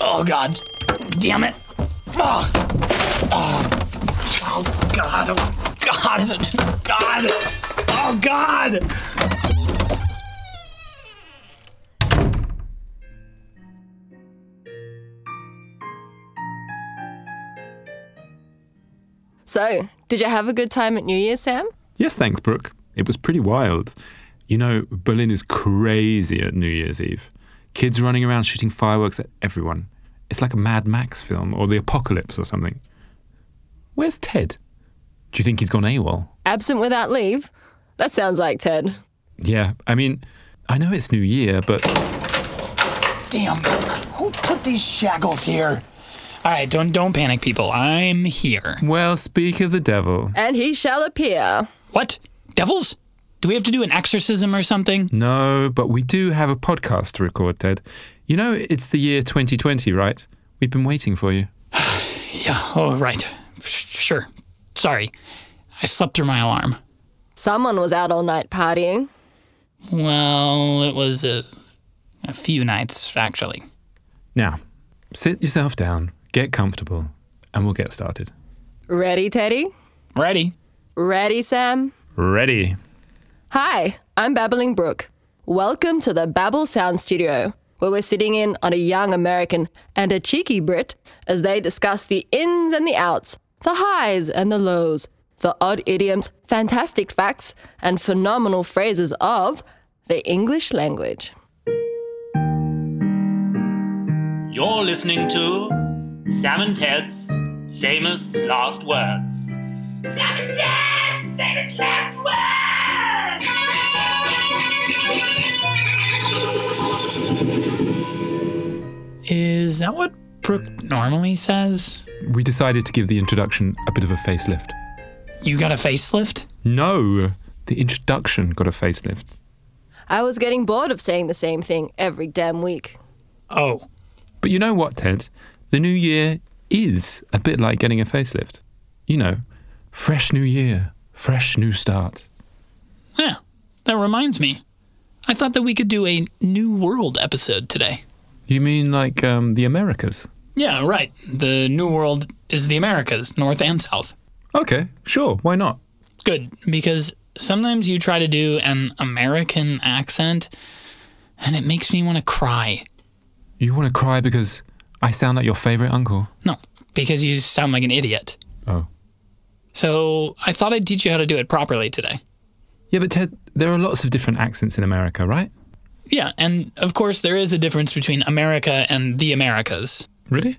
Oh god. Damn it. Oh. Oh. Oh god. Oh god. God. Oh god. So, did you have a good time at New Year's, Sam? Yes, thanks, Brooke. It was pretty wild. You know, Berlin is crazy at New Year's Eve. Kids running around shooting fireworks at everyone. It's like a Mad Max film or the apocalypse or something. Where's Ted? Do you think he's gone AWOL? Absent without leave? That sounds like Ted. Yeah, I mean, I know it's New Year, but Damn. Who put these shackles here? All right, don't don't panic, people. I'm here. well, speak of the devil. And he shall appear. What? Devils? Do we have to do an exorcism or something? No, but we do have a podcast to record, Ted. You know, it's the year 2020, right? We've been waiting for you. Yeah. Oh, right. Sh- Sure. Sorry. I slept through my alarm. Someone was out all night partying. Well, it was a, a few nights actually. Now, sit yourself down, get comfortable, and we'll get started. Ready, Teddy? Ready? Ready, Sam? Ready? Hi, I'm Babbling Brook. Welcome to the Babble Sound Studio, where we're sitting in on a young American and a cheeky Brit as they discuss the ins and the outs, the highs and the lows, the odd idioms, fantastic facts, and phenomenal phrases of the English language. You're listening to Sam and Ted's famous last words. Sam and Ted's famous last words. Is that what Brooke normally says? We decided to give the introduction a bit of a facelift. You got a facelift? No, the introduction got a facelift. I was getting bored of saying the same thing every damn week. Oh, But you know what, Ted? The new year is a bit like getting a facelift. You know, fresh new year, fresh new start. yeah. That reminds me. I thought that we could do a New World episode today. You mean like um, the Americas? Yeah, right. The New World is the Americas, North and South. Okay, sure, why not? Good, because sometimes you try to do an American accent and it makes me want to cry. You want to cry because I sound like your favorite uncle? No, because you sound like an idiot. Oh. So I thought I'd teach you how to do it properly today. Yeah, but Ted, there are lots of different accents in America, right? Yeah, and of course, there is a difference between America and the Americas. Really?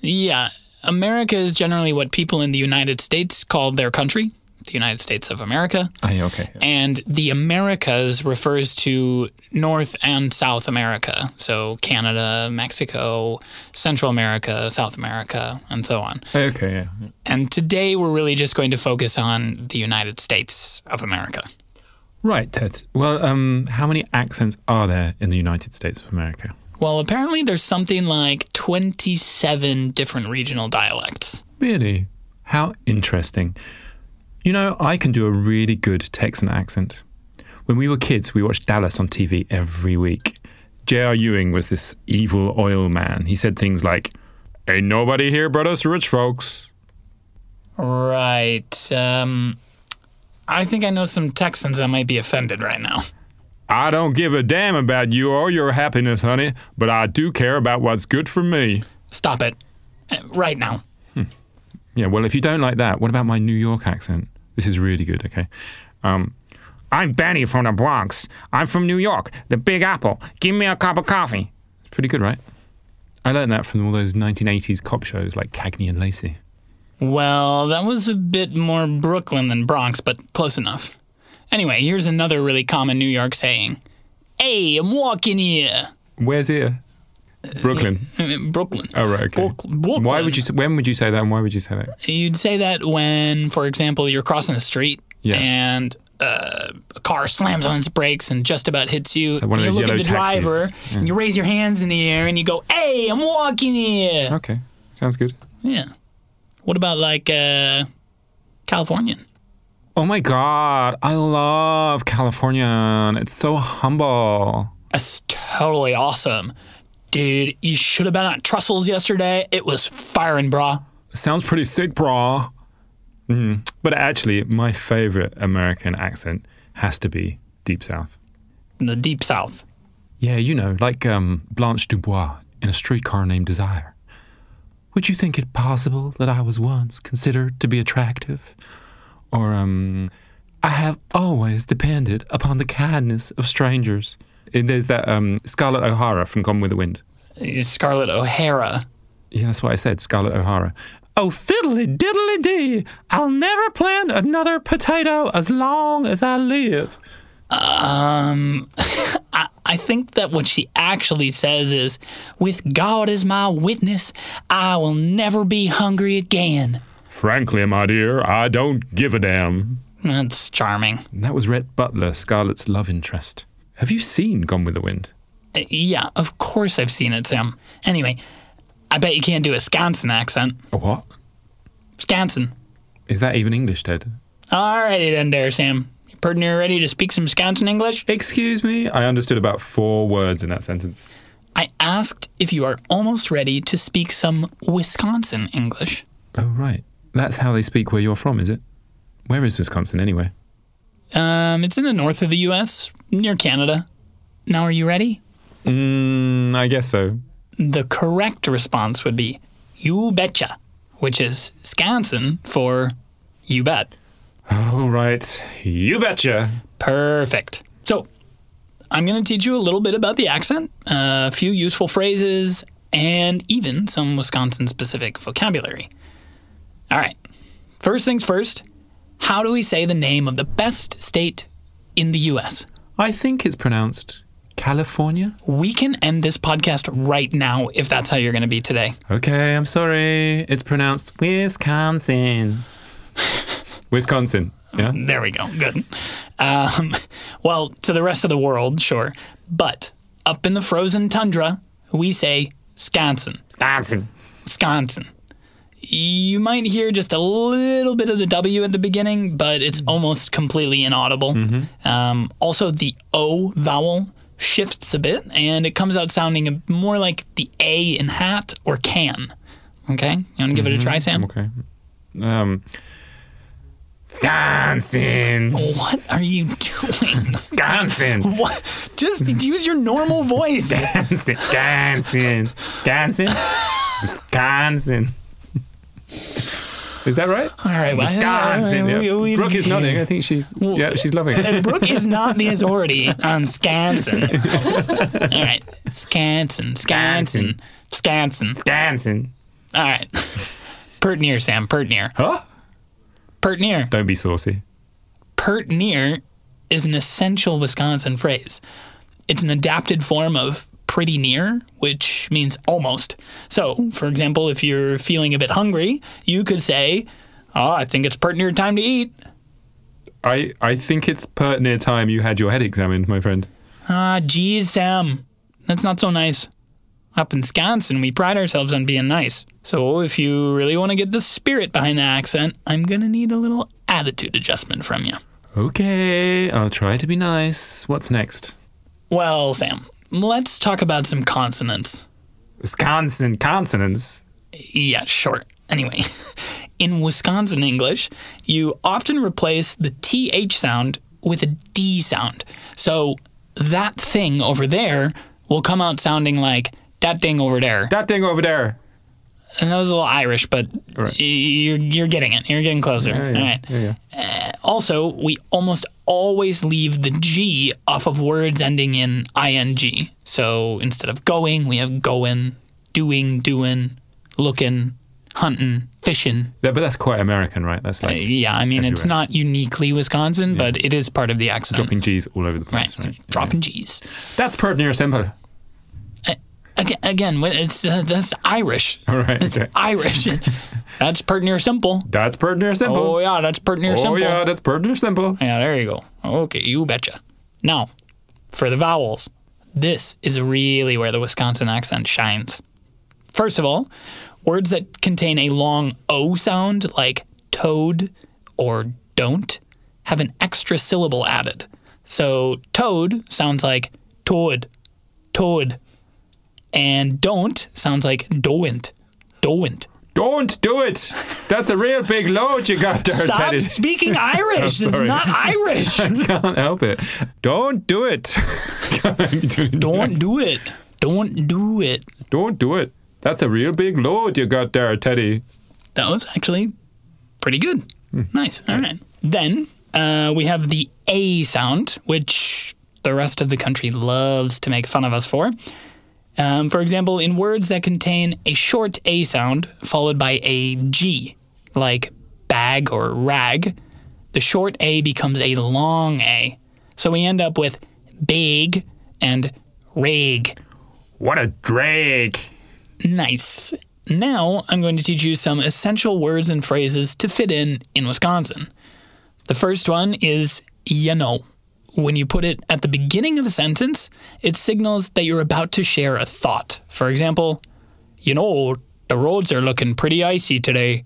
Yeah, America is generally what people in the United States call their country, the United States of America. Oh, yeah, okay. And the Americas refers to North and South America. So Canada, Mexico, Central America, South America, and so on. Okay, yeah. And today we're really just going to focus on the United States of America. Right, Ted. Well, um, how many accents are there in the United States of America? Well, apparently there's something like 27 different regional dialects. Really? How interesting. You know, I can do a really good Texan accent. When we were kids, we watched Dallas on TV every week. J.R. Ewing was this evil oil man. He said things like, Ain't nobody here but us rich folks. Right. Um, I think I know some Texans that might be offended right now. I don't give a damn about you or your happiness, honey, but I do care about what's good for me. Stop it. Uh, Right now. Yeah, well, if you don't like that, what about my New York accent? This is really good, okay? Um, I'm Benny from the Bronx. I'm from New York, the Big Apple. Give me a cup of coffee. It's pretty good, right? I learned that from all those 1980s cop shows like Cagney and Lacey. Well, that was a bit more Brooklyn than Bronx, but close enough. Anyway, here's another really common New York saying Hey, I'm walking here. Uh, Where's here? Brooklyn. Brooklyn. Oh, right, okay. Brook- Brooklyn. Why would you? s- When would you say that? And why would you say that? You'd say that when, for example, you're crossing the street Yeah. and uh, a car slams on its brakes and just about hits you. one of you those look at the yellow taxis. driver and you raise your hands in the air and you go, "Hey, I'm walking here." Okay, sounds good. Yeah. What about like uh, Californian? Oh my God, I love California. It's so humble. That's totally awesome. dude, you should have been at Trestles yesterday. It was firing, brah. Sounds pretty sick, brah. Mm. But actually, my favorite American accent has to be Deep South. In the deep south. Yeah, you know, like um, Blanche Dubois in A Streetcar Named Desire. Would you think it possible that I was once considered to be attractive? Or, um, I have always depended upon the kindness of strangers. And there's that um, Scarlett O'Hara from Gone with the Wind. Scarlett O'Hara. Yeah, that's what I said, Scarlett O'Hara. Oh, fiddly diddly dee! I'll never plant another potato as long as I live. I, I think that what she actually says is, with God as my witness, I will never be hungry again. Frankly, my dear, I don't give a damn. That's charming. That was Rhett Butler, Scarlett's love interest. Have you seen Gone with the Wind? Uh, Yeah, of course I've seen it, Sam. Anyway, I bet you can't do a Sconsin accent. A what? Sconsin. Is that even English, Ted? Alrighty then, there, Sam. You pretty near ready to speak some Sconsin English? Excuse me? I understood about four words in that sentence. I asked if you are almost ready to speak some Wisconsin English. Oh, right. That's how they speak where you're from, is it? Where is Wisconsin, anyway? Um, it's in the north of the U.S., near Canada. Now, are you ready? Mm, I guess so. the correct response would be you betcha, which is Skansen for you bet. All right. You betcha. Perfect. So I'm going to teach you a little bit about the accent, a few useful phrases, and even some Wisconsin specific vocabulary. All right. First things first, how do we say the name of the best state in the U.S.? I think it's pronounced California. We can end this podcast right now if that's how you're going to be today. Okay, I'm sorry. It's pronounced Wisconsin. Wisconsin. Yeah? There we go. Good. Um, well, to the rest of the world, sure. But up in the frozen tundra, we say Skansen. Wisconsin. Skansen. You might hear just a little bit of the W at the beginning, but it's almost completely inaudible. Um, also, the O vowel shifts a bit and it comes out sounding a- more like the A in hat or can. Okay? You want to give it a try, Sam? Okay. Um, Wisconsin. What are you doing? Wisconsin. What? Just use your normal voice. Wisconsin. Wisconsin. Wisconsin. Is that right? All right, well, Wisconsin. uh, Yeah. we- we- Brooke is nodding. I think she's yeah, she's loving it. Brooke is not the authority on Skansen. All right, Skansen, Skansen, Skansen. Wisconsin. All right, pert near, Sam, pert near, Huh? pert near, Don't be saucy. pert near is an essential Wisconsin phrase. It's an adapted form of pretty near, which means almost. So, for example, if you're feeling a bit hungry, you could say, "Oh, I think it's pert near time to eat." I, I think it's pert near time you had your head examined, my friend. Ah, geez, Sam. That's not so nice. Up in Sconsin, we pride ourselves on being nice. So if you really want to get the spirit behind the accent, I'm going to need a little attitude adjustment from you. Okay, I'll try to be nice. What's next? Well, Sam, let's talk about some consonants. Wisconsin consonants. Yeah, sure. Anyway, in Wisconsin English, you often replace the TH sound with a D sound. So that thing over there will come out sounding like that thing over there. That thing over there. And that was a little Irish, but Right. y- you're you're getting it. You're getting closer. All right. Uh, yeah. Also, we almost always leave the G off of words ending in ing. So instead of going, we have going, doing, doing, looking, hunting, fishing. Yeah, but that's quite American, right? That's like Yeah, I mean it's Everywhere. not uniquely Wisconsin, but it is part of the accent. dropping G's all over the right. place, right? Dropping G's. That's pert near simple. Again, again when it's uh, that's Irish. All right. That's okay. Irish. that's pretty near simple. That's pert near simple. Oh yeah, that's pretty near Oh, simple. yeah, that's pert near simple. Yeah, there you go. Okay, you betcha. Now, for the vowels, this is really where the Wisconsin accent shines. First of all, words that contain a long O sound, like toad or don't, have an extra syllable added. So toad sounds like toad, toad. And don't sounds like doint. Doint. Don't do it. That's a real big load you got there, Stop Teddy. speaking Irish. it's sorry. not Irish. Can't help it. Don't do it. don't do it. Don't do it. Don't do it. That's a real big load you got there, Teddy. That was actually pretty good. Nice. All right. Then uh, we have the A sound, which the rest of the country loves to make fun of us for. Um, for example, in words that contain a short A sound followed by a G, like bag or rag, the short A becomes a long A. So we end up with big and rag. What a drag. Nice. Now I'm going to teach you some essential words and phrases to fit in in Wisconsin. The first one is you know. When you put it at the beginning of a sentence, it signals that you're about to share a thought. For example, you know, the roads are looking pretty icy today.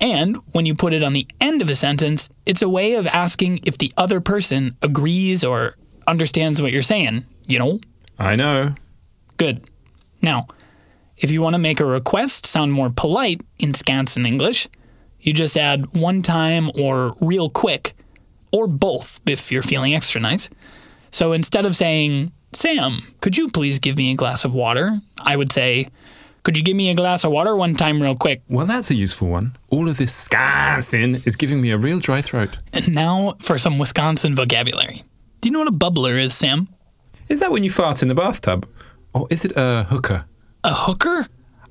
And when you put it on the end of a sentence, it's a way of asking if the other person agrees or understands what you're saying, you know? I know. Good. Now, if you want to make a request sound more polite in Skansen English, you just add one time or real quick, or both if you're feeling extra nice. So instead of saying, Sam, could you please give me a glass of water? I would say, could you give me a glass of water one time real quick? Well, that's a useful one. All of this Wisconsin is giving me a real dry throat. And now for some Wisconsin vocabulary. Do you know what a bubbler is, Sam? Is that when you fart in the bathtub? Or is it a hooker? A hooker?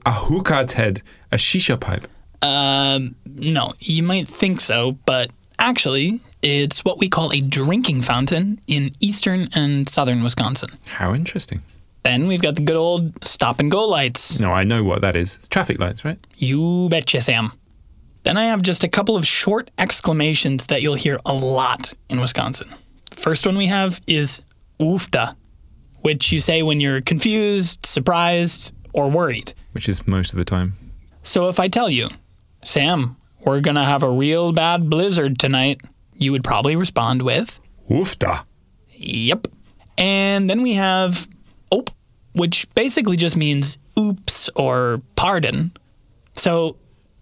A hookah, Ted. A shisha pipe. Um, no, you might think so, but actually, it's what we call a drinking fountain in eastern and southern Wisconsin. How interesting. Then we've got the good old stop and go lights. No, I know what that is. It's traffic lights, right? You betcha, Sam. Then I have just a couple of short exclamations that you'll hear a lot in Wisconsin. First one we have is oofda, which you say when you're confused, surprised, or worried. Which is most of the time. So if I tell you, Sam, we're going to have a real bad blizzard tonight, you would probably respond with, Woofda. Yep. And then we have ope, which basically just means oops or pardon. So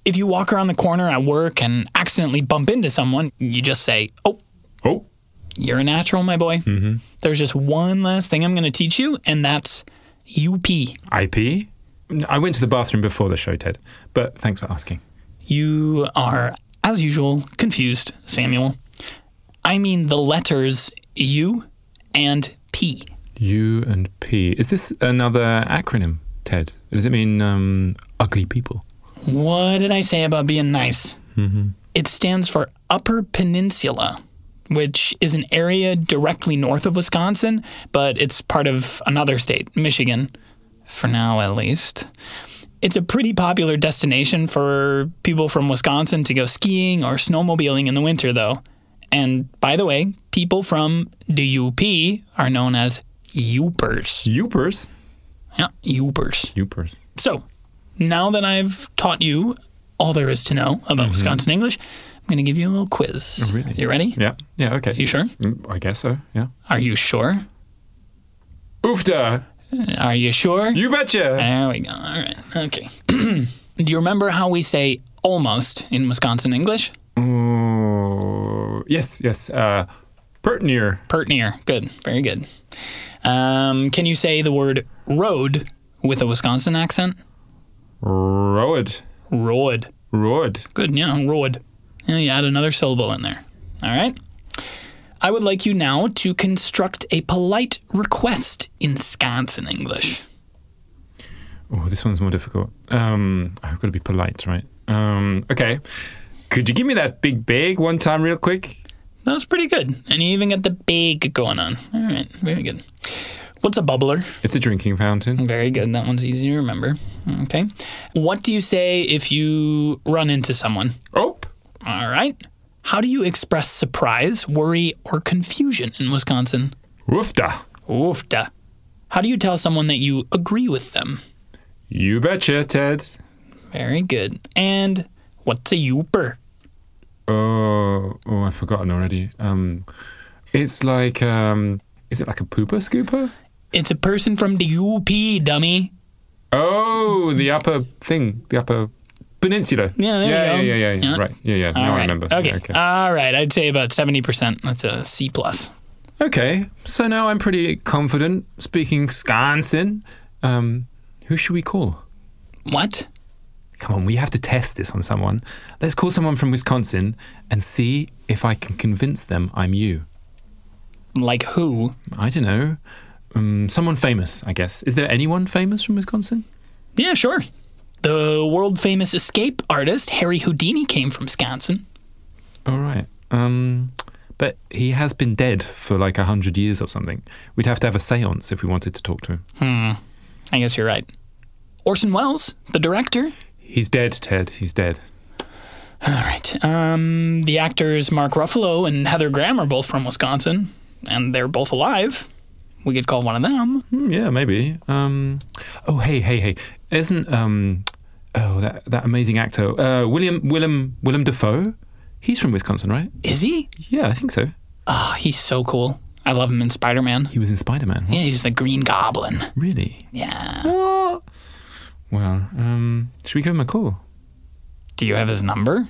if you walk around the corner at work and accidentally bump into someone, you just say, Oh, Oh. you're a natural, my boy. Mm-hmm. There's just one last thing I'm going to teach you, and that's UP. IP? I went to the bathroom before the show, Ted, but thanks for asking. You are, as usual, confused, Samuel. I mean the letters U and P. U and P. Is this another acronym, Ted? Does it mean um, ugly people? What did I say about being nice? It stands for Upper Peninsula, which is an area directly north of Wisconsin, but it's part of another state, Michigan, for now at least. It's a pretty popular destination for people from Wisconsin to go skiing or snowmobiling in the winter, though. And by the way, people from the UP are known as Upers. Upers. Yeah, Upers. Upers. So, now that I've taught you all there is to know about Wisconsin English, I'm going to give you a little quiz. Mm-hmm. Oh, really? You ready? Yeah. Yeah, okay. You sure? Mm, I guess so, yeah. Are you sure? Oofda. Are you sure? You betcha. There we go. All right. Okay. Do you remember how we say almost in Wisconsin English? Oh, yes, yes. Uh, pert near. Pert near. Good. Very good. Um, can you say the word road with a Wisconsin accent? Road. Road. Road. Good, yeah, road. Yeah, you add another syllable in there. All right. I would like you now to construct a polite request in Skansen English. Oh, this one's more difficult. Um, I've got to be polite, right? Um, okay. Could you give me that big bag one time, real quick? That was pretty good. And you even got the big going on. All right, very good. What's a bubbler? It's a drinking fountain. Very good. That one's easy to remember. Okay. What do you say if you run into someone? Oh, All right. How do you express surprise, worry, or confusion in Wisconsin? roofda. Oofda. How do you tell someone that you agree with them? You betcha, Ted. Very good. And what's a youper? Oh, oh, I've forgotten already. Um, it's like um, is it like a pooper scooper? It's a person from the UP, dummy. Oh, the upper thing, the upper peninsula. Yeah, there you yeah, go. yeah, yeah, yeah, yeah. Yeah. Right. Yeah, yeah. now I All right. remember. Okay. Uh, Yeah, okay. All right. I'd say about 70%. That's a C plus. Okay, so now I'm pretty confident speaking Skansen. Um, who should we call? What? Come on, we have to test this on someone. Let's call someone from Wisconsin and see if I can convince them I'm you. Like who? I don't know. Um, someone famous, I guess. Is there anyone famous from Wisconsin? Yeah, sure. The world famous escape artist Harry Houdini came from Wisconsin. All right. Um, but he has been dead for like a hundred years or something. We'd have to have a séance if we wanted to talk to him. I guess you're right. Orson Welles, the director. He's dead, Ted. He's dead. All right. Um, the actors Mark Ruffalo and Heather Graham are both from Wisconsin, and they're both alive. We could call one of them. Mm, Yeah, maybe. Um, oh, hey, hey, hey! Isn't um, oh that that amazing actor uh, William Willem Willem Dafoe? He's from Wisconsin, right? Is he? Yeah, I think so. Oh, he's so cool. I love him in Spider Man. He was in Spider Man. Yeah, he's the Green Goblin. Really? Yeah. What? Well, um, should we give him a call? Do you have his number?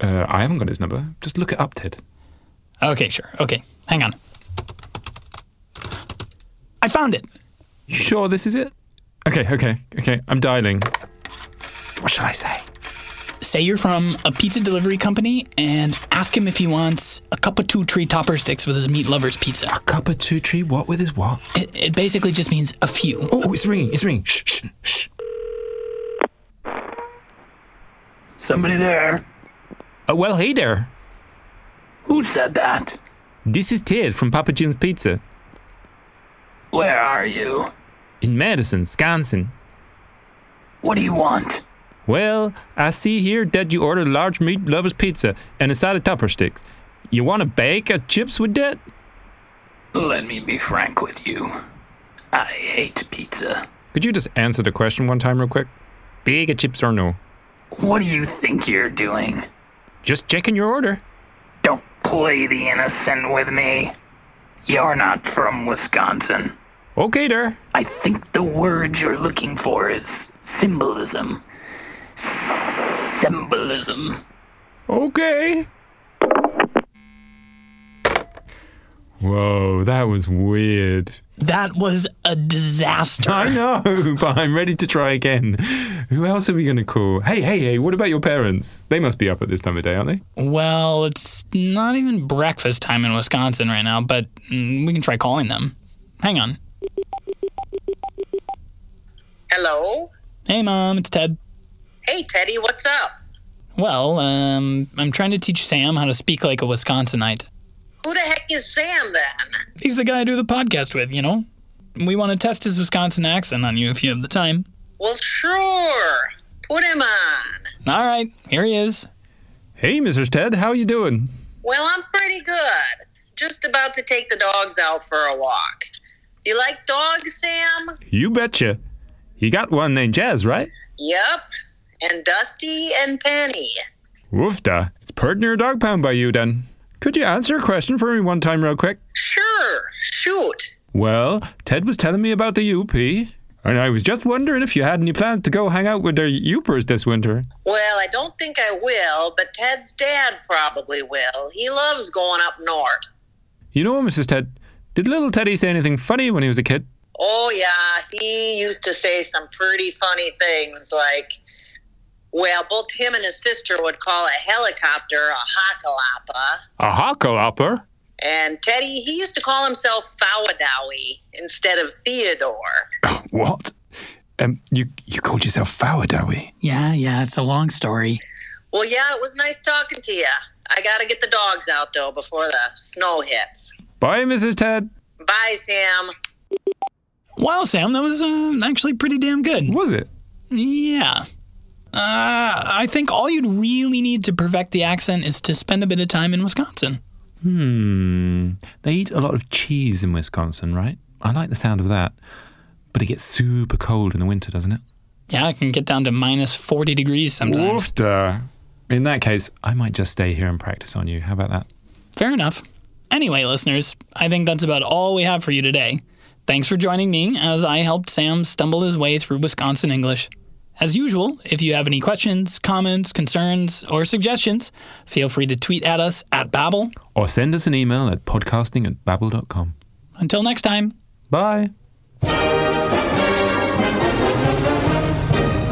Uh, I haven't got his number. Just look it up, Ted. Okay, sure. Okay, hang on. I found it. You sure this is it? Okay, okay, okay. I'm dialing. What should I say? Say you're from a pizza delivery company and ask him if he wants a cup of two tree topper sticks with his meat lover's pizza. Cup of two tree. What with his what? It, it basically just means a few. Oh, it's ringing. It's ringing. Shh, shh, shh. Somebody there. Uh, well, hey there. Who said that? This is Ted from Papa Jim's Pizza. Where are you? in Madison, Wisconsin. What do you want? Well, I see here that you ordered large meat lovers pizza and a side of topper sticks. You want to bake a chips with that? Let me be frank with you. I hate pizza. Could you just answer the question one time real quick? Bake a chips or no? What do you think you're doing? Just checking your order. Don't play the innocent with me. You're not from Wisconsin. Okay there. I think the word you're looking for is symbolism. Symbolism. Okay. Whoa, that was weird. That was a disaster. I know, but I'm ready to try again. Who else are we going to call? Hey, hey, hey, what about your parents? They must be up at this time of day, aren't they? Well, it's not even breakfast time in Wisconsin right now, but mm, we can try calling them. Hang on. Hello. Hey, Mom, it's Ted. Hey, Teddy, what's up? Well, um, I'm trying to teach Sam how to speak like a Wisconsinite. Who the heck is Sam then? He's the guy I do the podcast with, you know? We want to test his Wisconsin accent on you if you have the time. Well, sure. Put him on. All right, here he is. Hey, Mrs. Ted, how you doing? Well, I'm pretty good. Just about to take the dogs out for a walk. You like dogs, Sam? You betcha. You got one named Jazz, right? Yep. And Dusty and Penny. Woofda. It's pert near dog pound by you, then. Could you answer a question for me one time, real quick? Sure. Shoot. Well, Ted was telling me about the UP, and I was just wondering if you had any plans to go hang out with their Upers this winter. Well, I don't think I will, but Ted's dad probably will. He loves going up north. You know, Mrs. Ted, did little Teddy say anything funny when he was a kid? Oh, yeah. He used to say some pretty funny things like, well, both him and his sister would call a helicopter a hakalapa. A hockalopper? And Teddy, he used to call himself Fawadawi instead of Theodore. What? Um, you you called yourself Fowadawi? Yeah, yeah, it's a long story. Well, yeah, it was nice talking to you. I got to get the dogs out, though, before the snow hits. Bye, Mrs. Ted. Bye, Sam. Wow, Sam, that was uh, actually pretty damn good. Was it? Yeah. Uh, I think all you'd really need to perfect the accent is to spend a bit of time in Wisconsin. Hmm. They eat a lot of cheese in Wisconsin, right? I like the sound of that. But it gets super cold in the winter, doesn't it? Yeah, I can get down to minus 40 degrees sometimes. In that case, I might just stay here and practice on you. How about that? Fair enough. Anyway, listeners, I think that's about all we have for you today. Thanks for joining me as I helped Sam stumble his way through Wisconsin English. As usual, if you have any questions, comments, concerns, or suggestions, feel free to tweet at us at Babbel. Or send us an email at podcasting at babbel.com. Until next time, Bye.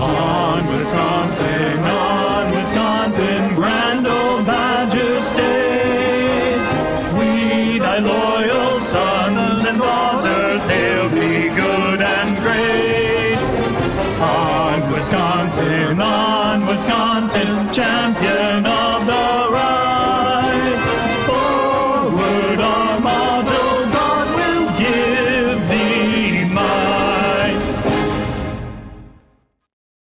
On Wisconsin, on Wisconsin, grand old Badger State. We, thy loyal sons and daughters, hail thee good and great. On Wisconsin, on Wisconsin, champion